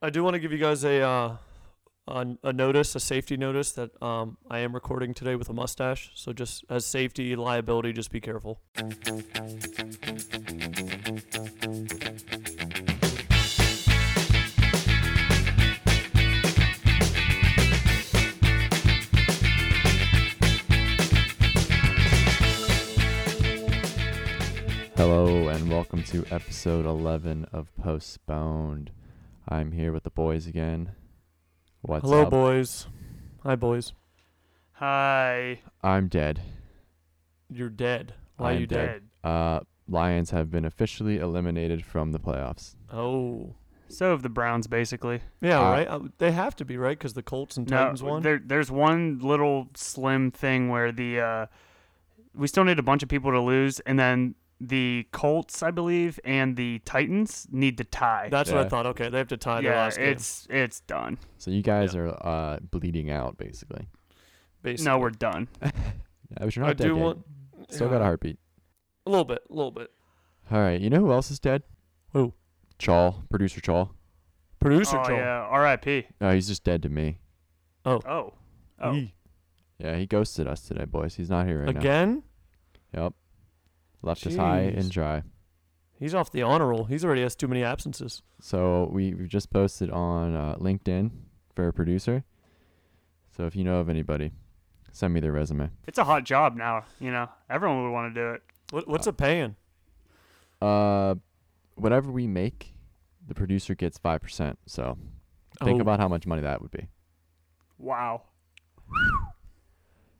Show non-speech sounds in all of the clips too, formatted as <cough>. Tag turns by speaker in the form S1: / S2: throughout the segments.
S1: I do want to give you guys a uh, a, a notice, a safety notice that um, I am recording today with a mustache. So just as safety liability, just be careful.
S2: Hello and welcome to episode 11 of Postponed. I'm here with the boys again. What's
S1: Hello,
S2: up?
S1: boys. Hi, boys.
S3: Hi.
S2: I'm dead.
S1: You're dead. Why
S2: I
S1: are
S2: am
S1: you dead?
S2: dead. Uh, Lions have been officially eliminated from the playoffs.
S1: Oh,
S3: So have the Browns, basically.
S1: yeah,
S2: Uh,
S1: right. Uh, they have to be right because the Colts and
S3: No,
S1: Titans won.
S3: there, there's one little slim thing where the uh, we still need a bunch of people to lose, and then the Colts, I believe, and the Titans need to tie.
S1: That's what I
S2: Yeah.
S1: thought. Okay, they have to tie their
S3: yeah,
S1: last game.
S3: it's it's done.
S2: So you guys are uh, bleeding out, basically.
S1: Basically.
S3: No, we're done.
S2: I was you're not
S1: I
S2: dead
S1: do
S2: yet.
S1: want
S2: Still got a heartbeat.
S1: a little bit, a little bit.
S3: Oh,
S2: All right, you know who else is dead?
S1: Who?
S2: Chawl, producer Chawl.
S1: Producer
S3: oh
S1: Joel.
S3: yeah, R.I.P.
S2: No, he's just dead to me.
S3: Oh, oh,
S1: Eek.
S2: Yeah, he ghosted us today, boys. He's not here right
S1: Again?
S2: now. Yep. Left us high
S1: Jeez.
S2: and dry.
S1: He's off the honor roll. He's already has too many absences.
S2: So we we just posted on uh, LinkedIn for a producer. So if you know of anybody, send me their resume.
S3: it's a hot job now. You know, everyone would want to do it.
S1: What, what's it paying?
S2: Uh, whatever we make, the producer gets five percent. So think
S1: Oh,
S2: about how much money that would be.
S3: Wow.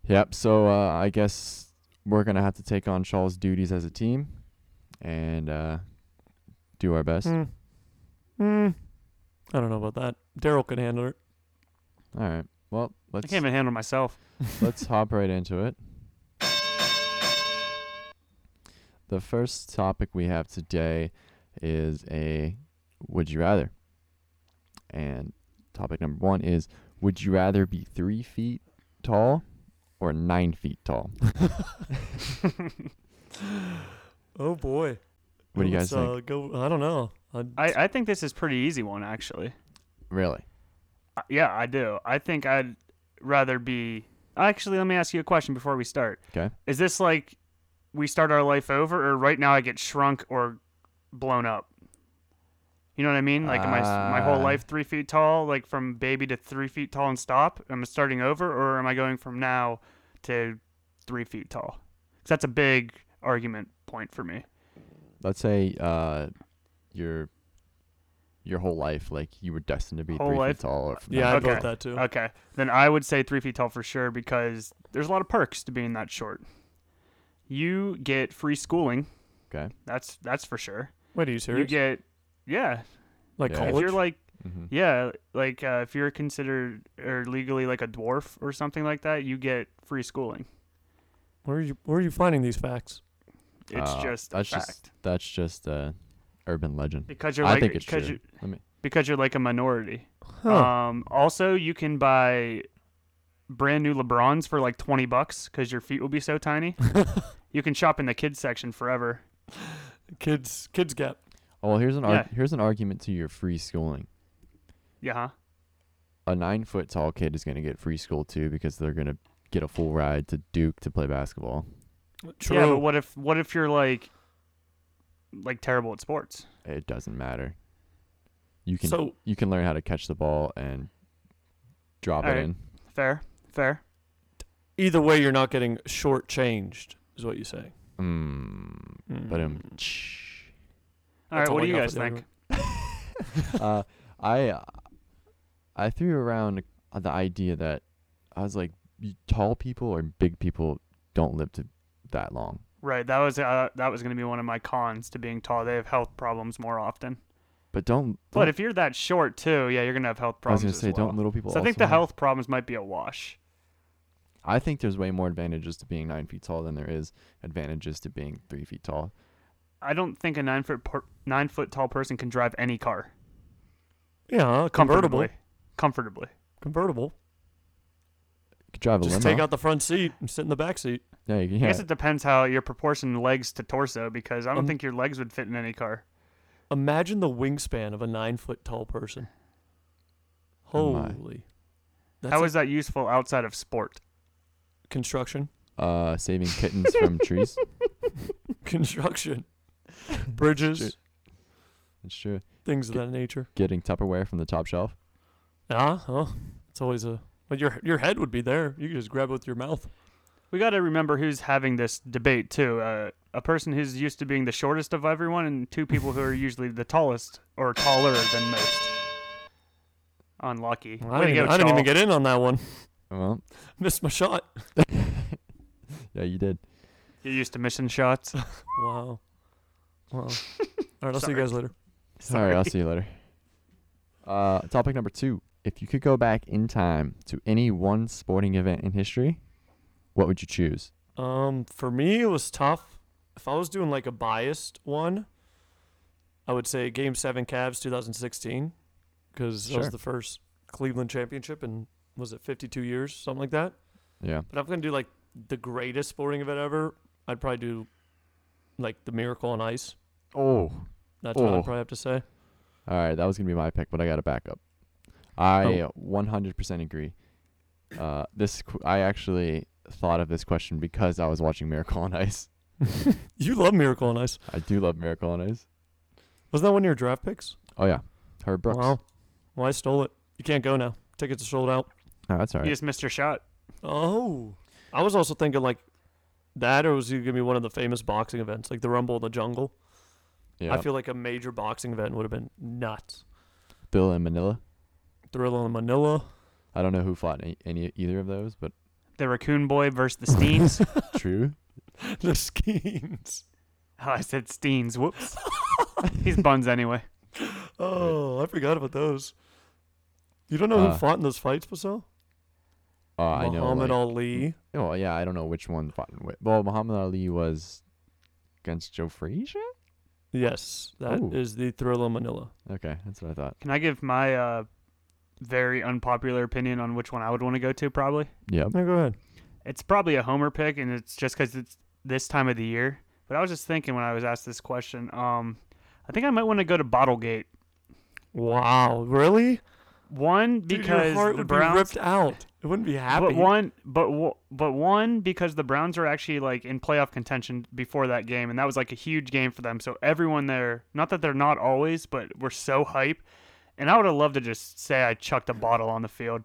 S2: Yep. So uh, I guess we're gonna have to take on Shaw's duties as a team, and uh, do our
S3: Mm.
S2: best.
S1: Hmm. Hmm. I don't know about that. Daryl can handle it.
S2: All right. Well,
S3: I
S2: let's
S3: can't even handle myself.
S2: let's hop right into it. The first topic we have today is a would you rather. And topic number one is would you rather be three feet tall or nine feet tall?
S1: Oh boy.
S2: What do you
S1: Let's,
S2: guys think?
S1: Uh, go. I don't know. I,
S3: I, I think this is pretty easy one actually.
S2: Really?
S3: Uh, Yeah, I do. I think I'd rather be. Actually, let me ask you a question before we start.
S2: 'Kay.
S3: Is this like we start our life over, or right now I get shrunk or blown up? You know what I mean? Like, am I s- my whole
S2: Uh,
S3: life three feet tall, like from baby to three feet tall and stop? Am I starting over, or am I going from now to three feet tall? 'Cause that's a big argument point for me.
S2: Let's say uh, your your whole life, like you were destined to be
S3: Whole
S2: three
S3: life?
S2: feet tall. Or from
S1: yeah,
S2: nine
S1: I'd
S2: feet
S1: vote
S3: Okay.
S2: tall.
S1: that too.
S3: Okay, then I would say three feet tall for sure because there's a lot of perks to being that short. You get free schooling.
S2: Okay.
S3: That's that's for sure.
S1: Wait, are you
S3: You
S1: serious?
S3: get yeah.
S1: like
S2: Yeah.
S3: If
S1: college?
S3: you're like
S2: Mhm.
S3: yeah, like uh, if you're considered or legally like a dwarf or something like that, you get free schooling.
S1: where are you? Where are you finding these facts?
S3: It's
S2: Uh,
S3: just a
S2: that's
S3: fact.
S2: just that's just uh, urban legend.
S3: because you're
S2: I
S3: like
S2: think it's
S3: because
S2: true.
S3: you
S2: Let me-
S3: because you're like a minority.
S1: Huh.
S3: Um, also, you can buy brand new LeBrons for like 20 bucks because your feet will be so tiny. you can shop in the kids section forever.
S1: kids, kids gap.
S2: Oh, well, here's an
S3: Yeah.
S2: arg- here's an argument to your free schooling.
S3: Yeah. huh?
S2: A nine foot tall kid is going to get free school too because they're going to get a full ride to Duke to play basketball.
S1: True.
S3: Yeah, but what if what if you're like like terrible at sports?
S2: It doesn't matter. You can
S1: So-
S2: you can learn how to catch the ball and drop it
S3: Alright.
S2: in.
S3: Fair, fair.
S1: Either way, you're not getting shortchanged, is what you say.
S2: Mm, but um,
S3: All
S1: That's
S3: right,
S1: all
S3: what
S1: I
S3: do you
S1: got
S3: guys
S1: for the
S3: think?
S2: uh, I I threw around the idea that I was like, y- tall people or big people don't live to that long.
S3: Right, that was uh, that was going to be one of my cons to being tall. They have health problems more often.
S2: But don't.
S3: But
S2: don't-
S3: if you're that short too, yeah, you're going to have health
S2: I was
S3: problems
S2: gonna say,
S3: as well.
S2: don't little people.
S3: so I think
S2: also
S3: the
S2: have-
S3: health problems might be a wash.
S2: I think there's way more advantages to being nine feet tall than there is advantages to being three feet tall.
S3: I don't think a nine foot per- nine foot tall person can drive any car
S1: Yeah, convertible.
S3: comfortably. Comfortably.
S1: Convertible.
S2: You could drive a
S1: Just
S2: limo.
S1: take out the front seat and sit in the back seat.
S2: yeah, you can,
S3: I
S2: yeah.
S3: guess it depends how your proportion legs to torso because I don't
S1: Um,
S3: think your legs would fit in any car.
S1: Imagine the wingspan of a nine foot tall person.
S2: Oh my.
S1: Holy.
S3: How
S1: That's
S3: is
S1: like
S3: that useful outside of sport?
S1: <laughs> construction.
S2: Uh, saving kittens from trees.
S1: <laughs> Construction. Bridges.
S2: That's true.
S1: Things of that nature.
S2: Getting Tupperware from the top shelf.
S1: Ah, oh. It's always a but your your head would be there. You could just grab it with your mouth.
S3: We got to remember who's having this debate too. Uh, a person who's used to being the shortest of everyone, and two people who are usually the tallest or taller than most. Unlucky.
S1: I
S3: Way
S1: didn't,
S3: to
S1: even,
S3: go,
S1: I didn't even
S3: Chawl.
S1: get in on that one. <laughs>
S2: Well,
S1: Missed my shot.
S2: <laughs> yeah, you did.
S3: You're used to mission shots.
S1: Wow. Wow. All right, I'll see you
S3: Sorry.
S1: guys later.
S2: Sorry. I'll see you later. Uh, topic number two. If you could go back in time to any one sporting event in history, what would you choose?
S1: Um, for me, it was tough. If I was doing like a biased one, I would say Game Seven Cavs 2016, because that was
S2: Sure.
S1: the first Cleveland championship, and was it 52 years, something like that.
S2: Yeah.
S1: But if I'm gonna do like the greatest sporting event ever, I'd probably do like the Miracle on Ice.
S2: Oh.
S1: That's what
S2: Oh.
S1: I'd probably have to say. <laughs>
S2: All right, that was gonna be my pick, but I got to back up. I 100% agree. Uh, this qu- I actually thought of this question because I was watching Miracle on Ice.
S1: You love Miracle on Ice.
S2: I do love Miracle on Ice.
S1: Wasn't that one of your draft picks?
S2: Oh yeah, Herb Brooks.
S1: Wow. Well, I stole it. You can't go now. Tickets are sold out.
S2: Oh, that's all
S3: You
S2: right.
S3: just missed your shot.
S1: Oh. I was also thinking like that or was it gonna be one of the famous boxing events, like the Rumble in the Jungle.
S2: Yeah.
S1: I feel like a major boxing event would have been nuts.
S2: Bill in Manila.
S1: Thrill in Manila. <laughs>
S2: I don't know who fought any, any either of those, but
S3: The raccoon boy versus the Steens.
S1: <laughs>
S2: true.
S1: the Skeens. <laughs>
S3: oh, I said Steens. Whoops. He's buns anyway.
S1: Oh, I forgot about those. You don't know
S2: Uh,
S1: who fought in those fights, Basel?
S2: Uh, I know.
S1: Muhammad
S2: like-
S1: Ali.
S2: Oh yeah, I don't know which one fought. in Which. Well, Muhammad Ali was against Joe Frazier.
S1: Yes, that is
S2: Ooh.
S1: the Thrill in Manila.
S2: Okay, that's what I thought.
S3: Can I give my uh, very unpopular opinion on which one I would want to go to? Probably.
S2: Yep.
S1: No, go ahead.
S3: It's probably a homer pick, and it's just because it's this time of the year. But I was just thinking when I was asked this question, um, I think I might want to go to Bottlegate.
S1: Wow, really?
S3: One
S1: Dude,
S3: because
S1: your heart
S3: the
S1: would
S3: Browns,
S1: be ripped out. It wouldn't be happy.
S3: but one, but wo- but one because the Browns are actually like in playoff contention before that game, and that was like a huge game for them. So everyone there, not that they're not always, but we're so hype. And I would have loved to just say I chucked a bottle on the field.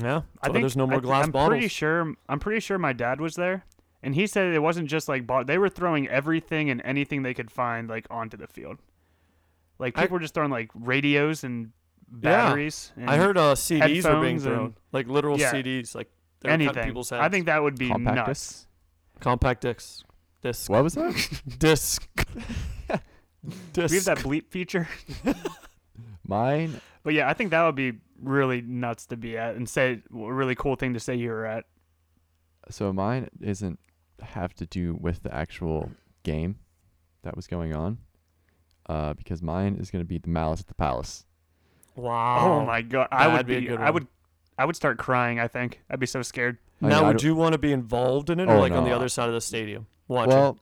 S1: Yeah,
S3: I
S1: so
S3: think
S1: there's no
S3: I
S1: more
S3: thi-
S1: glass
S3: I'm
S1: bottles.
S3: pretty sure. I'm pretty sure my dad was there, and he said it wasn't just like bot. They were throwing everything and anything they could find like onto the field. Like
S1: I-
S3: people were just throwing like radios and
S1: Yeah.
S3: batteries. And
S1: I heard uh, CDs were being
S3: headphones and-
S1: thrown, like literal
S3: Yeah.
S1: CDs, like they were cutting
S3: anything.
S1: People's heads.
S3: I think that would be
S2: Compact
S3: nuts.
S2: discs?
S1: compact disc, disc,
S2: What was that?
S1: disc,
S3: Do
S1: disc.
S3: we have that bleep feature? <laughs>
S2: Mine.
S3: But yeah, I think that would be really nuts to be at and say a really cool thing to say you were at.
S2: So mine isn't have to do with the actual game that was going on, uh, because mine is gonna be the Malice at the Palace.
S1: Wow.
S3: Oh, my god, I
S1: that'd
S3: would
S1: be a
S3: be.
S1: good
S3: I
S1: one.
S3: would. I would start crying. I think I'd be so scared.
S1: Now,
S2: I mean, I
S1: would
S2: don't-
S1: you want to be involved in it, or
S2: Oh,
S1: like on
S2: no,
S1: the
S2: I-
S1: other side of the stadium? Watching.
S2: Well,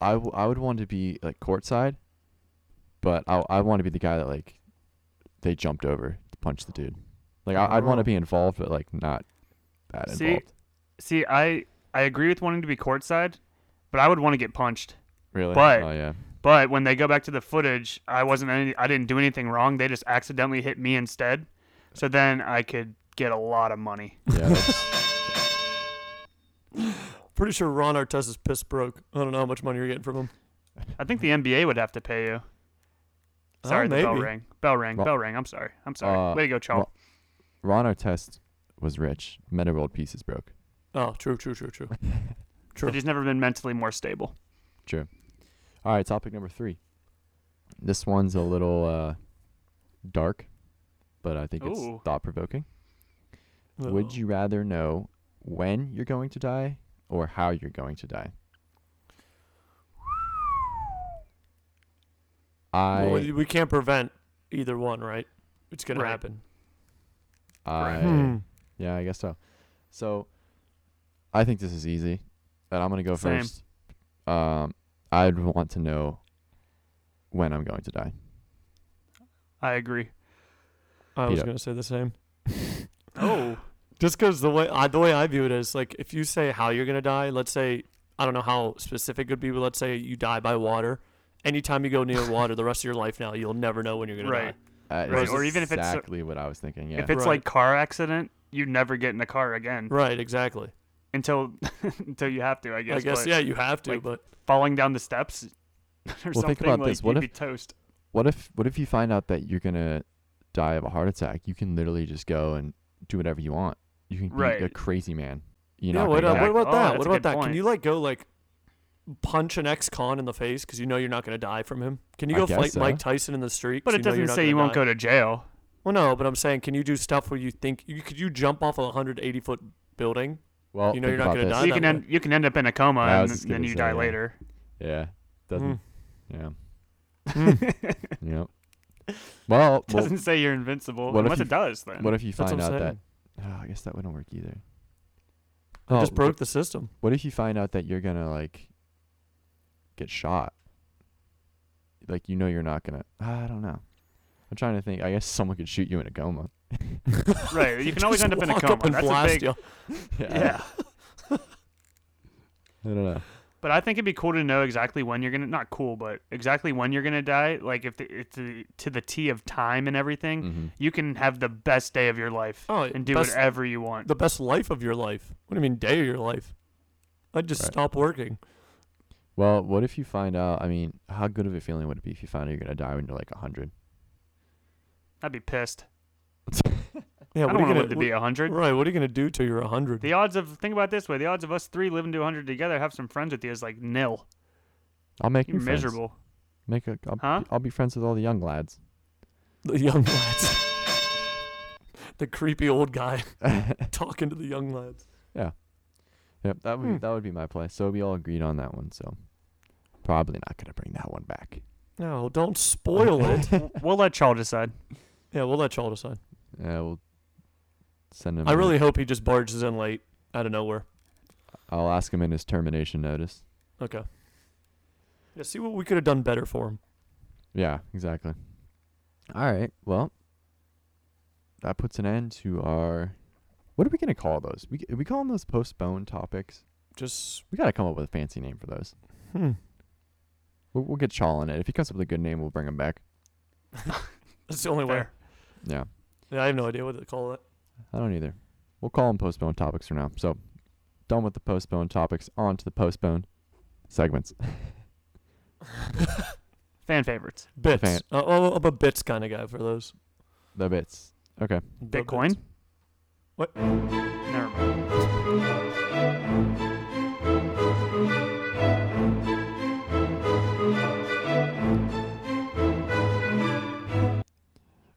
S2: I, w- I would want to be like courtside, but I I want to be the guy that like they jumped over to punch the dude. Like I, I'd want
S1: Oh.
S2: to be involved, but like not that
S3: See?
S2: involved.
S3: See, I I agree with wanting to be courtside, but I would want to get punched.
S2: Really?
S3: But-
S2: oh yeah.
S3: But when they go back to the footage, I wasn't any. I didn't do anything wrong. They just accidentally hit me instead. So then I could get a lot of money.
S2: Yeah. that's-
S1: pretty sure Ron Artest piss broke. I don't know how much money you're getting from him.
S3: I think the NBA would have to pay you.
S1: Oh,
S3: Sorry, the bell
S1: maybe.
S3: rang. Bell rang.
S2: Well-
S3: bell rang. I'm sorry. I'm sorry.
S2: Uh,
S3: Way to go, Charles.
S2: well- Ron Artest was rich. Meta World Peace is broke.
S1: Oh, true, true, true,
S2: <laughs>
S1: true.
S3: But he's never been mentally more stable.
S2: All right, topic number three. This one's a little uh, dark, but I think
S3: Ooh.
S2: it's thought provoking. Would you rather know when you're going to die or how you're going to die?
S1: Well,
S2: I
S1: we- we can't prevent either one, right? It's gonna
S3: Right.
S1: happen.
S2: I
S1: Hmm.
S2: yeah, I guess so. So I think this is easy, but I'm gonna go
S3: Same.
S2: first. Um, I'd want to know when I'm going to die.
S3: I agree.
S1: I
S2: Beat
S1: was
S2: up.
S1: gonna say the
S3: <laughs>
S1: same.
S3: Oh,
S1: Just because the way I, the way I view it is like if you say how you're gonna die, let's say I don't know how specific it would be, but let's say you die by water. Anytime you go
S3: <laughs>
S1: near water, the rest of your life now, you'll never know when you're gonna
S3: Right.
S1: die.
S2: Uh,
S3: Right,
S2: that's
S3: or even if it's a-
S2: exactly what I was thinking. Yeah.
S3: if it's
S1: Right.
S3: like car accident, you never get in a car again
S1: Right, exactly.
S3: until <laughs> until you have to. I guess.
S1: I guess
S3: but
S1: yeah, you have to,
S3: like-
S1: but
S3: Falling down the steps <laughs> or
S2: Well,
S3: something
S2: think about
S3: like
S2: this. What
S3: you'd
S2: if-
S3: be toast.
S2: What if what if you find out that you're gonna die of a heart attack? You can literally just go and do whatever you want. You can be a
S3: Right.
S2: crazy man. You're
S1: yeah,
S2: not
S1: what,
S2: gonna
S1: uh,
S2: die.
S1: what
S3: Oh,
S1: about that?
S3: that's
S1: What
S3: a
S1: about
S3: good
S1: that? Can
S3: point.
S1: you like go like punch an ex-con in the face because you know you're not gonna die from him? Can you
S2: I
S1: go
S2: guess
S1: fight
S2: so.
S1: Mike Tyson in the street?
S3: But
S1: 'cause
S3: it
S1: you know you're
S3: doesn't
S1: not
S3: say
S1: gonna
S3: you won't
S1: die?
S3: go to jail.
S1: Well, no, but I'm saying, can you do stuff where you think you could you jump off a 180 foot building?
S2: well,
S1: you know
S2: think
S1: you're not
S2: about
S1: gonna
S2: this.
S1: die
S3: you
S1: that
S3: can
S1: way.
S3: end you can end up in a coma
S2: I
S3: and
S2: was just
S3: then
S2: gonna
S3: you
S2: say,
S3: die
S1: <laughs>
S2: yeah.
S3: later. <laughs>
S2: Yeah. Doesn't.
S1: Hmm.
S2: Yeah.
S1: Mm.
S2: Yeah. Well, well,
S3: doesn't say you're invincible.
S2: what if
S3: Unless
S2: you-
S3: it does, then.
S2: what if you
S1: That's
S2: find
S1: what I'm
S2: out that?
S1: saying.
S2: Oh, <sighs> I guess that wouldn't work either.
S1: I
S2: Oh,
S1: just
S2: wh-
S1: broke the system.
S2: What if you find out that you're gonna like get shot? Like you know you're not gonna. <sighs> I don't know. I'm trying to think. I guess someone could shoot you in a coma. <laughs>
S1: <laughs>
S3: right, you can always
S1: Just
S3: end up in a
S1: walk
S3: coma.
S1: Up and
S3: That's
S1: blast
S3: a big.
S1: you.
S3: <laughs> Yeah.
S2: I don't know.
S3: But I think it'd be cool to know exactly when you're gonna not cool, but exactly when you're gonna die. Like if the, it's the, to the T of time and everything,
S1: Mm-hmm.
S2: Mhm.
S3: you can have the best day of your life
S1: Mm. Oh,
S3: and do
S1: best-
S3: whatever you want.
S1: The best life of your life. What do you mean day of your life? I'd just
S2: Right.
S1: stop working.
S2: Well, what if you find out? I mean, how good of a feeling would it be if you find out you're gonna die when you're like 100?
S3: I'd be pissed.
S1: Yeah,
S3: I
S1: what
S3: don't
S1: are you
S3: want to
S1: gonna
S3: live to be hundred.
S1: Right, what are you gonna do till you're 100?
S3: The odds of think about it this way: the odds of us three living to hundred together, have some friends with you, is like nil.
S2: I'll make
S3: You're
S2: new friends.
S3: miserable.
S2: Make a. I'll,
S3: Huh?
S2: be, I'll be friends with all the young lads.
S1: The young lads. <laughs> the creepy old
S2: <laughs>
S1: guy talking to the young lads.
S2: Yep, that would be
S1: Hmm.
S2: that would be my play. So we all agreed on that one. So probably not gonna bring that one back.
S1: No, don't spoil it.
S3: we'll let y'all decide.
S1: Yeah, we'll let y'all decide.
S2: <laughs> Yeah, we'll send him.
S1: I
S2: a-
S1: really hope he just barges in late out of nowhere.
S2: I'll ask him in his termination notice.
S1: Okay. Yeah, see what we could have done better for him.
S2: Yeah, exactly. All right. Well, that puts an end to our. What are we gonna call those? We we call them those postponed topics.
S1: Just
S2: We gotta come up with a fancy name for those.
S1: hmm.
S2: We'll, we'll get Chaw on it. If he comes up with a good name, we'll bring him back.
S1: That's the only way.
S3: Fair.
S2: Yeah,
S1: Yeah, I have no idea what to call
S2: <laughs>
S1: it.
S2: I don't either. We'll call them postponed topics for now. So, done with the postponed topics. On to the postponed segments. <laughs>
S3: Fan favorites.
S1: Bits.
S2: Fan-
S1: Uh, oh, I'm a bits kind of guy for those.
S2: The bits. Okay.
S1: The
S3: Bitcoin.
S1: bits. What?
S3: Never mind.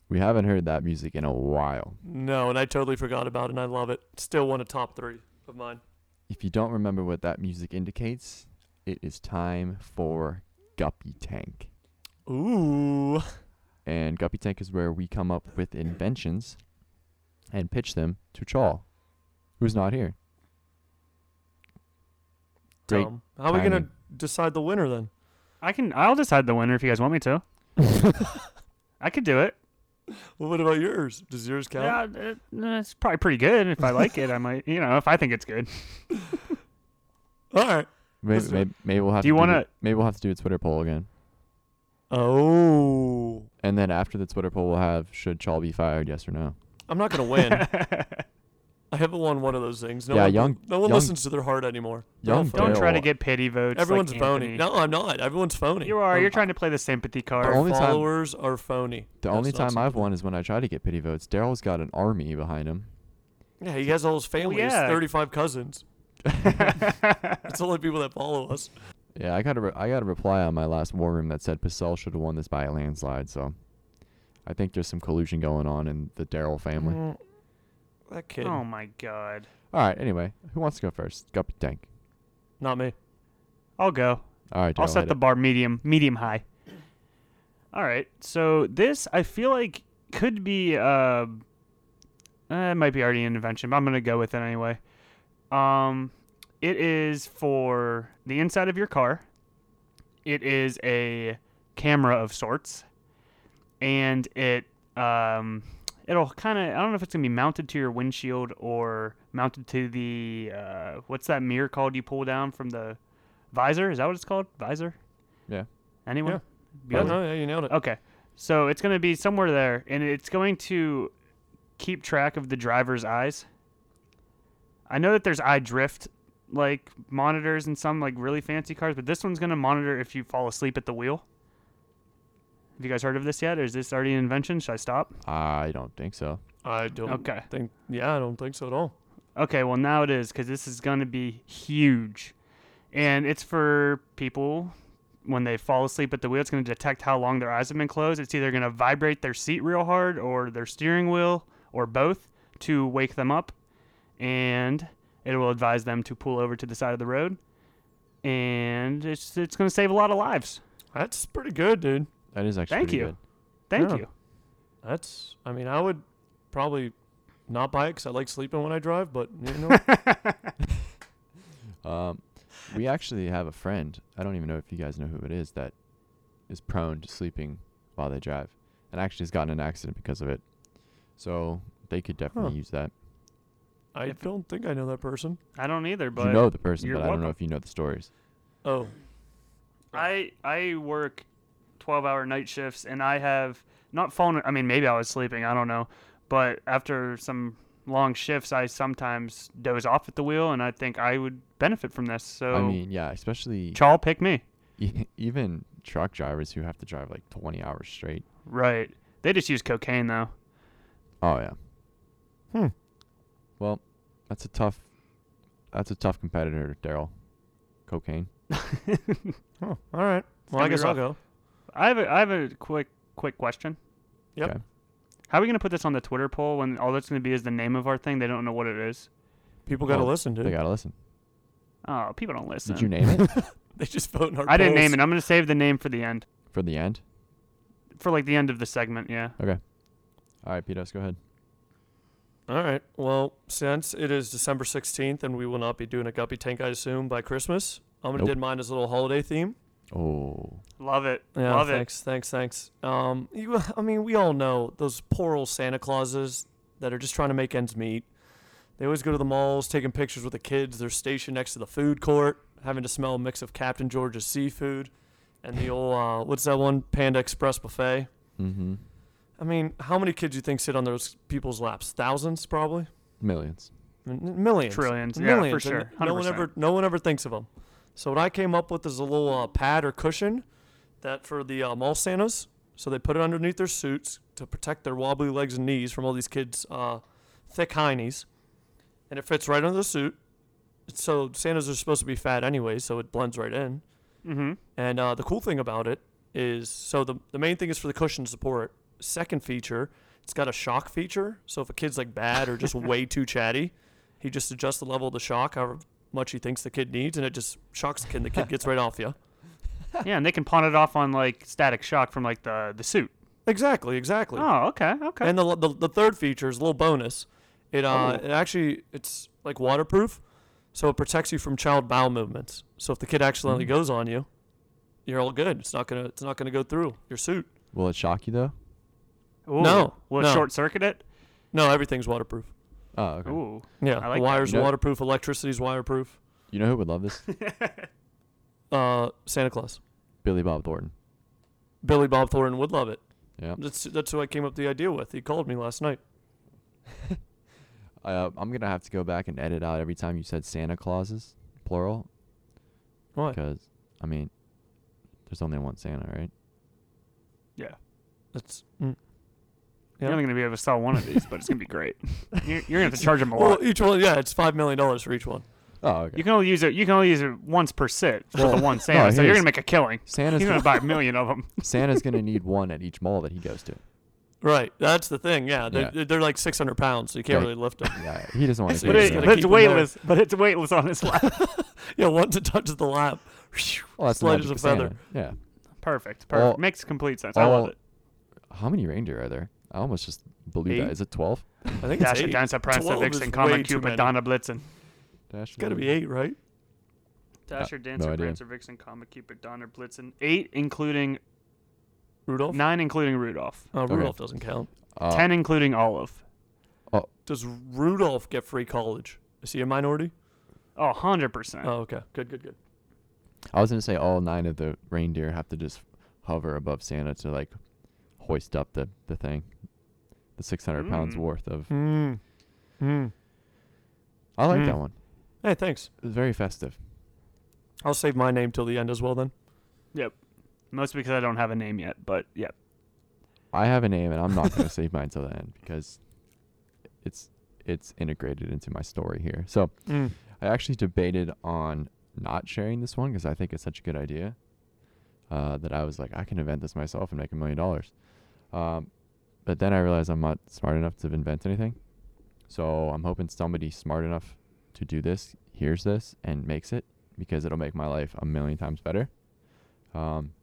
S2: We haven't heard that music in a while.
S1: No, and I totally forgot about it, and I love it. Still one of top three of mine.
S2: If you don't remember what that music indicates, it is time for Guppy Tank.
S1: Ooh.
S2: And Guppy Tank is where we come up with inventions and pitch them to Chaw, who's not here. Great
S1: Tom. How are we going to
S2: timing.
S1: decide the winner then?
S3: I can. I'll decide the winner if you guys want me to.
S2: <laughs>
S3: I could do it.
S1: Well, what about yours? Does yours count?
S3: Yeah, it- it's probably pretty good. If I like it, I might. You know, if I think it's good.
S1: All right.
S2: Maybe,
S1: Let's do it.
S2: maybe, maybe we'll have
S3: Do you
S2: to
S3: wanna-
S2: do, maybe we'll have to do a Twitter poll again.
S1: Oh.
S2: And then after the Twitter poll, we'll have should Chaw be fired? Yes or no.
S1: I'm not going to win.
S3: <laughs>
S2: <laughs>
S1: I haven't won one of those things. No
S2: Yeah,
S1: one,
S2: young-
S1: No one
S2: young-
S1: listens to their heart anymore. They're all
S2: young
S1: phony.
S3: Don't try to
S2: Daryl.
S3: get pity votes.
S1: Everyone's
S3: like
S1: phony.
S3: Anthony.
S1: No, I'm not. Everyone's phony.
S3: you are.
S1: Um,
S3: You're trying to play the sympathy
S1: Our
S2: The
S3: <laughs> card.
S2: only time-
S1: followers are phony.
S2: The
S1: That's
S2: only
S1: not
S2: time I've
S1: something-
S2: won is when I try to get pity votes. Daryl's got an army behind him.
S1: Yeah, he has all his family. He has
S3: yeah.
S1: 35 cousins. That's the only people that follow us.
S2: Yeah, I got a re- I got a reply on my last war room that said Pacell should have won this by a landslide. So, I think there's some collusion going on in the Daryl family.
S1: Mm, That kid.
S3: oh my god.
S2: All right. Anyway, who wants to go first? Guppy Tank.
S1: Not me.
S3: I'll go.
S2: All right. Daryl,
S3: I'll set
S2: hit
S3: the
S2: it.
S3: bar medium, medium high. All right. So this, I feel like, could be. Uh, uh, it might be already an invention, but I'm gonna go with it anyway. Um, it is for the inside of your car. It is a camera of sorts, and it um, it'll kind of I don't know if it's gonna be mounted to your windshield or mounted to the uh, what's that mirror called you pull down from the visor? Is that what it's called? Visor?
S2: Yeah.
S3: Anyone?
S1: Yeah.
S3: Bueller?
S1: no, Oh, yeah, you nailed it.
S3: Okay. So it's going to be somewhere there, and it's going to keep track of the driver's eyes. I know that there's eye drift like monitors in some like really fancy cars, but this one's going to monitor if you fall asleep at the wheel. Have you guys heard of this yet? Or is this already an invention? Should I stop?
S2: I don't think so.
S1: I don't
S3: Oh. Okay.
S1: think. Yeah, I don't think so at all.
S3: Okay, well now it is because this is going to be huge, and it's for people when they fall asleep at the wheel. It's going to detect how long their eyes have been closed. It's either going to vibrate their seat real hard or their steering wheel or both to wake them up, and it will advise them to pull over to the side of the road, and it's it's going to save a lot of lives.
S1: That's pretty good, dude.
S2: That is actually
S3: Thank
S2: pretty
S3: you.
S2: good.
S3: Thank
S1: Yeah.
S3: you. <laughs>
S1: That's. I mean, I would probably not buy it because I like sleeping when I drive. But you
S3: <laughs>
S1: know,
S2: Um, we actually have a friend. I don't even know if you guys know who it is that is prone to sleeping while they drive, and actually has gotten in an accident because of it. So they could definitely
S1: Huh.
S2: use that.
S1: I
S3: If-
S1: don't think I know that person.
S3: I don't either, but
S2: you know the person,
S3: you're
S2: but I don't know
S3: welcome.
S2: if you know the stories.
S1: Oh,
S3: I I work twelve hour night shifts and I have not fallen I mean maybe I was sleeping, I don't know. But after some long shifts I sometimes doze off at the wheel and I think I would benefit from this. So
S2: I mean, yeah, especially
S3: Chaw pick me.
S2: e- <laughs> even truck drivers who have to drive like 20 hours straight.
S3: Right. They just use cocaine though. <laughs>
S2: Oh yeah.
S1: Hmm.
S2: Well, that's a tough. That's a tough competitor, Daryl. Cocaine.
S1: oh, all right. Well, I
S3: gonna be
S1: guess I'll go.
S3: I have a I have a quick quick question.
S1: Yep.
S2: Okay.
S3: How are we gonna put this on the Twitter poll when all that's gonna be is the name of our thing? They don't know what it is.
S1: People got to
S2: Well,
S1: listen, dude.
S2: They gotta listen.
S3: Oh, people don't listen.
S2: Did you name
S3: <laughs>
S2: it
S1: <laughs> They just vote in our
S3: I didn't
S1: polls.
S3: name it. I'm gonna save the name for the end.
S2: for the end?
S3: For like the end of the segment, yeah.
S2: All right, Petos, go ahead.
S1: All right. Well, since it is December 16th and we will not be doing a Guppy Tank, I assume, by Christmas, I'm going to
S2: Nope.
S1: did mine as a little holiday theme.
S2: Oh,
S3: Love it.
S1: Yeah,
S3: Love it.
S1: thanks, thanks, thanks. Um, you, I mean, we all know those poor old Santa Clauses that are just trying to make ends meet. They always go to the malls, taking pictures with the kids. They're stationed next to the food court, having to smell a mix of Captain George's seafood and the old uh, what's that one Panda Express buffet.
S2: mm-hmm.
S1: I mean, how many kids do you think sit on those people's laps? Thousands, probably.
S2: Millions.
S1: I mean, millions.
S3: Trillions, yeah, for
S1: millions. and
S3: sure,
S1: No one
S3: 100%.
S1: ever, no one ever thinks of them. So what I came up with is a little uh, pad or cushion that for the uh, mall Santas. So they put it underneath their suits to protect their wobbly legs and knees from all these kids' uh, thick heinies, and it fits right under the suit. So Santas are supposed to be fat anyway, so it blends right in.
S3: Mm-hmm.
S1: And uh, the cool thing about it is, so the, the main thing is for the cushion support. Second feature, it's got a shock feature. So if a kid's like bad or just way too chatty, he just adjusts the level of the shock however much he thinks the kid needs, and it just shocks the kid. and The kid gets right off you.
S3: yeah, and they can pawn it off on like static shock from like the the suit.
S1: <laughs> Exactly, exactly.
S3: Oh, okay, okay.
S1: And the, the the third feature is a little bonus. It uh,
S3: Oh.
S1: it actually it's like waterproof, so it protects you from child bowel movements. So if the kid accidentally goes on you, you're all good. It's not gonna it's not gonna go through your suit.
S2: Will it shock you though?
S3: Ooh,
S1: no,
S3: will
S1: no.
S3: short circuit it?
S1: No, everything's waterproof.
S2: Oh, okay.
S3: Ooh,
S1: Yeah,
S3: I
S1: the
S3: like that.
S1: wires
S2: You
S1: are
S2: know-
S1: waterproof, electricity's wireproof.
S2: You know who would love
S3: <laughs>
S2: this?
S1: Uh, Santa Claus,
S2: Billy Bob Thornton.
S1: Billy Bob Thornton would love it.
S2: Yeah.
S1: That's that's who I came up with the idea with. He called me last night.
S2: Uh, I'm gonna have to go back and edit out every time you said Santa Clauses, plural,
S1: Why?
S2: because I mean, there's only one Santa, right?
S1: That's mm.
S3: you're only gonna be able to sell one of these, but it's gonna
S2: <laughs>
S3: be great. You're, you're gonna have to charge them a
S1: well,
S3: lot.
S1: each one. Yeah, it's five million dollars for each one.
S2: Oh, okay.
S3: You can only use it. You can only use it once per sit for the
S1: <laughs>
S2: Well,
S3: one Santa. so you're
S2: here's-
S3: gonna make a killing.
S2: Santa's
S3: He's gonna buy a million of them.
S2: Santa's gonna
S3: <laughs>
S2: need one at each mall that he goes to.
S1: Right, that's the thing. Yeah, they're,
S2: Yeah.
S1: they're like six hundred pounds, so you can't
S2: Right.
S1: really lift them.
S2: Yeah, he doesn't want
S1: It's
S2: to.
S1: Yeah,
S3: But,
S1: literally
S3: it,
S1: he's
S2: do
S1: gonna
S2: that.
S3: but it's
S1: keep 'em there.
S3: weightless. But it's weightless on his <laughs> lap.
S1: <laughs> yeah, once it touches the lap,
S2: Well, that's the
S1: Slight
S2: magic
S1: as a
S2: of
S1: feather.
S2: Santa. Yeah.
S3: Perfect. Perfect.
S2: All-
S3: Makes complete sense. I love
S2: all-
S3: it.
S2: How many reindeer are there? I almost just blew
S1: Eight?
S2: that. Is it twelve?
S1: I think it's
S3: Dash it
S1: eight.
S3: down to Prince
S1: 12 is
S3: Vixen, Comet,
S1: way too
S3: Cupid,
S1: many.
S3: Donna Blitzen.
S2: Dash
S1: It's gotta be eight, right?
S3: Dasher,
S2: no
S3: Dancer,
S2: idea.
S3: Prancer, Vixen, Comet, Cupid, Donner, Blitzen. Eight, including
S1: Rudolph.
S3: nine, including Rudolph.
S1: Oh,
S2: Okay.
S1: Rudolph doesn't count.
S2: Uh,
S3: ten including Olive.
S1: Does Rudolph get free college? Is he a minority?
S3: Oh, 100 percent.
S1: Oh, okay. Good, good, good.
S2: I was gonna say all nine of the reindeer have to just hover above Santa to like hoist up the the thing, the six hundred pounds
S3: Mm.
S2: worth of.
S1: Hmm. Hmm.
S2: I like that
S1: Mm.
S2: one.
S1: Hey, thanks.
S2: It was very festive.
S1: I'll save my name till the end as well then.
S3: Yep. Mostly because I don't have a name yet, but yep.
S2: I have a name, and I'm not gonna save mine until the end because it's it's integrated into my story here. So
S1: Mm.
S2: I actually debated on not sharing this one because I think it's such a good idea uh, that I was like, I can invent this myself and make a million dollars. Um, But then I realized I'm not smart enough to invent anything. So I'm hoping somebody smart enough to do this hears this and makes it because it'll make my life a million times better. Um,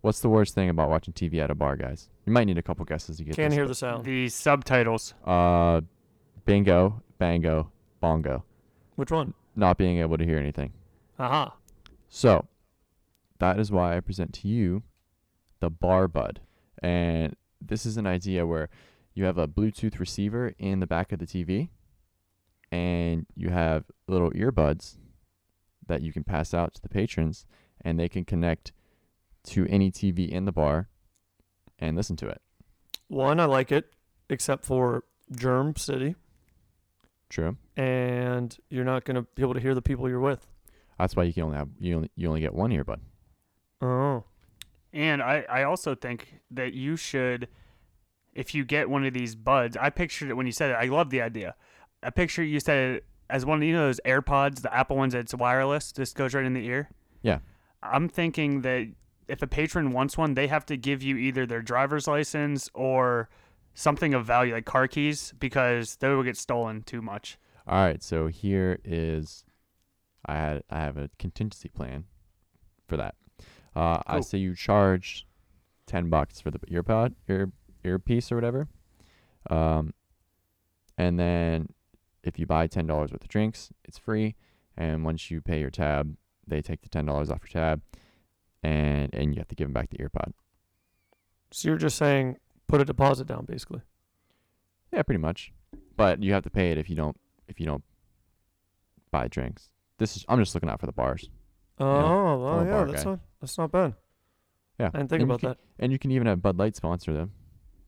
S2: what's the worst thing about watching TV at a bar, guys? You might need a couple guesses to get.
S1: Can't
S2: this,
S1: hear
S2: but-
S1: the sound.
S3: The subtitles.
S2: Uh, bingo, bango, bongo.
S1: Which one?
S2: Not being able to hear anything.
S1: Aha.
S2: So, that is why I present to you the Bar Bud. And this is an idea where you have a Bluetooth receiver in the back of the TV, and you have little earbuds that you can pass out to the patrons, and they can connect to any TV in the bar and listen to it.
S1: One, I like it, except for Germ City,
S2: True.
S1: and you're not gonna be able to hear the people you're with.
S2: That's why you can only have you only, you only get one earbud.
S1: Oh.
S3: And I, I also think that you should, if you get one of these buds, I pictured it when you said it. I love the idea. I picture you said it as one of you know those AirPods, the Apple ones that's wireless. This goes right in the ear.
S2: Yeah.
S3: I'm thinking that if a patron wants one, they have to give you either their driver's license or something of value, like car keys, because they would get stolen too much.
S2: All right, so here is, I had I have a contingency plan for that. Uh, I
S3: Cool.
S2: say you charge ten bucks for the earpod, ear earpiece or whatever, um, and then if you buy ten dollars worth of drinks, it's free. And once you pay your tab, they take the ten dollars off your tab, and and you have to give them back the earpod.
S1: So you're just saying put a deposit down basically.
S2: Yeah, pretty much. But you have to pay it if you don't if you don't buy drinks. This is I'm just looking out for the bars.
S1: Oh, well,
S2: I'm a
S1: yeah,
S2: bar
S1: that's
S2: guy.
S1: not that's not bad.
S2: Yeah.
S1: I didn't think
S2: and you
S1: about
S2: can-
S1: that.
S2: And you can even have Bud Light sponsor them,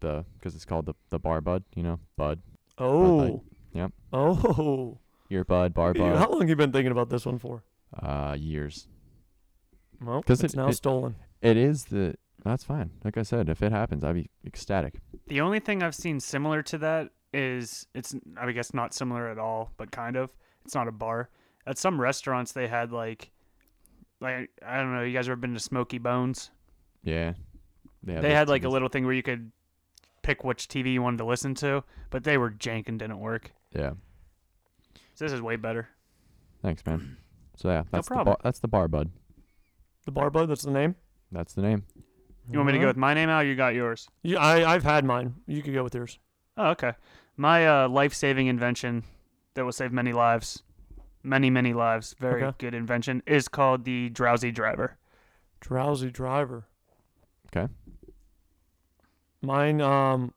S2: the because it's called the the Bar Bud, you know, Bud Light.
S1: Oh.
S2: Yep.
S1: Oh. <laughs>
S2: Ear Bud Bar
S1: You-
S2: Bud.
S1: How long you been thinking about this one for?
S2: Uh, years.
S1: Well,
S2: 'Cause
S1: it's
S2: it-
S1: now
S2: it-
S1: stolen.
S2: It is the. That's fine. Like I said, if it happens, I'd be ecstatic.
S3: The only thing I've seen similar to that is it's I guess not similar at all, but kind of. It's not a bar. At some restaurants they had like like I don't know, you guys ever been to Smoky Bones?
S2: Yeah.
S3: they
S2: those
S3: had like a
S2: TVs.
S3: little thing where you could pick which TV you wanted to listen to, but they were jank and didn't work.
S2: Yeah.
S3: So this is way better.
S2: Thanks, man. So yeah, that's the
S3: problem.
S2: bar, that's the Bar Bud.
S1: The bar bud, that's the name.
S2: That's the name.
S3: You want me to go
S1: Alright.
S3: with my name out? or You got yours.
S1: Yeah, I, I've had mine. You could go with yours.
S3: Oh, okay. My uh, life-saving invention that will save many lives, many many lives. Very
S1: Okay.
S3: good invention is called the drowsy driver.
S1: Drowsy driver.
S2: 'Kay.
S1: Mine. Um,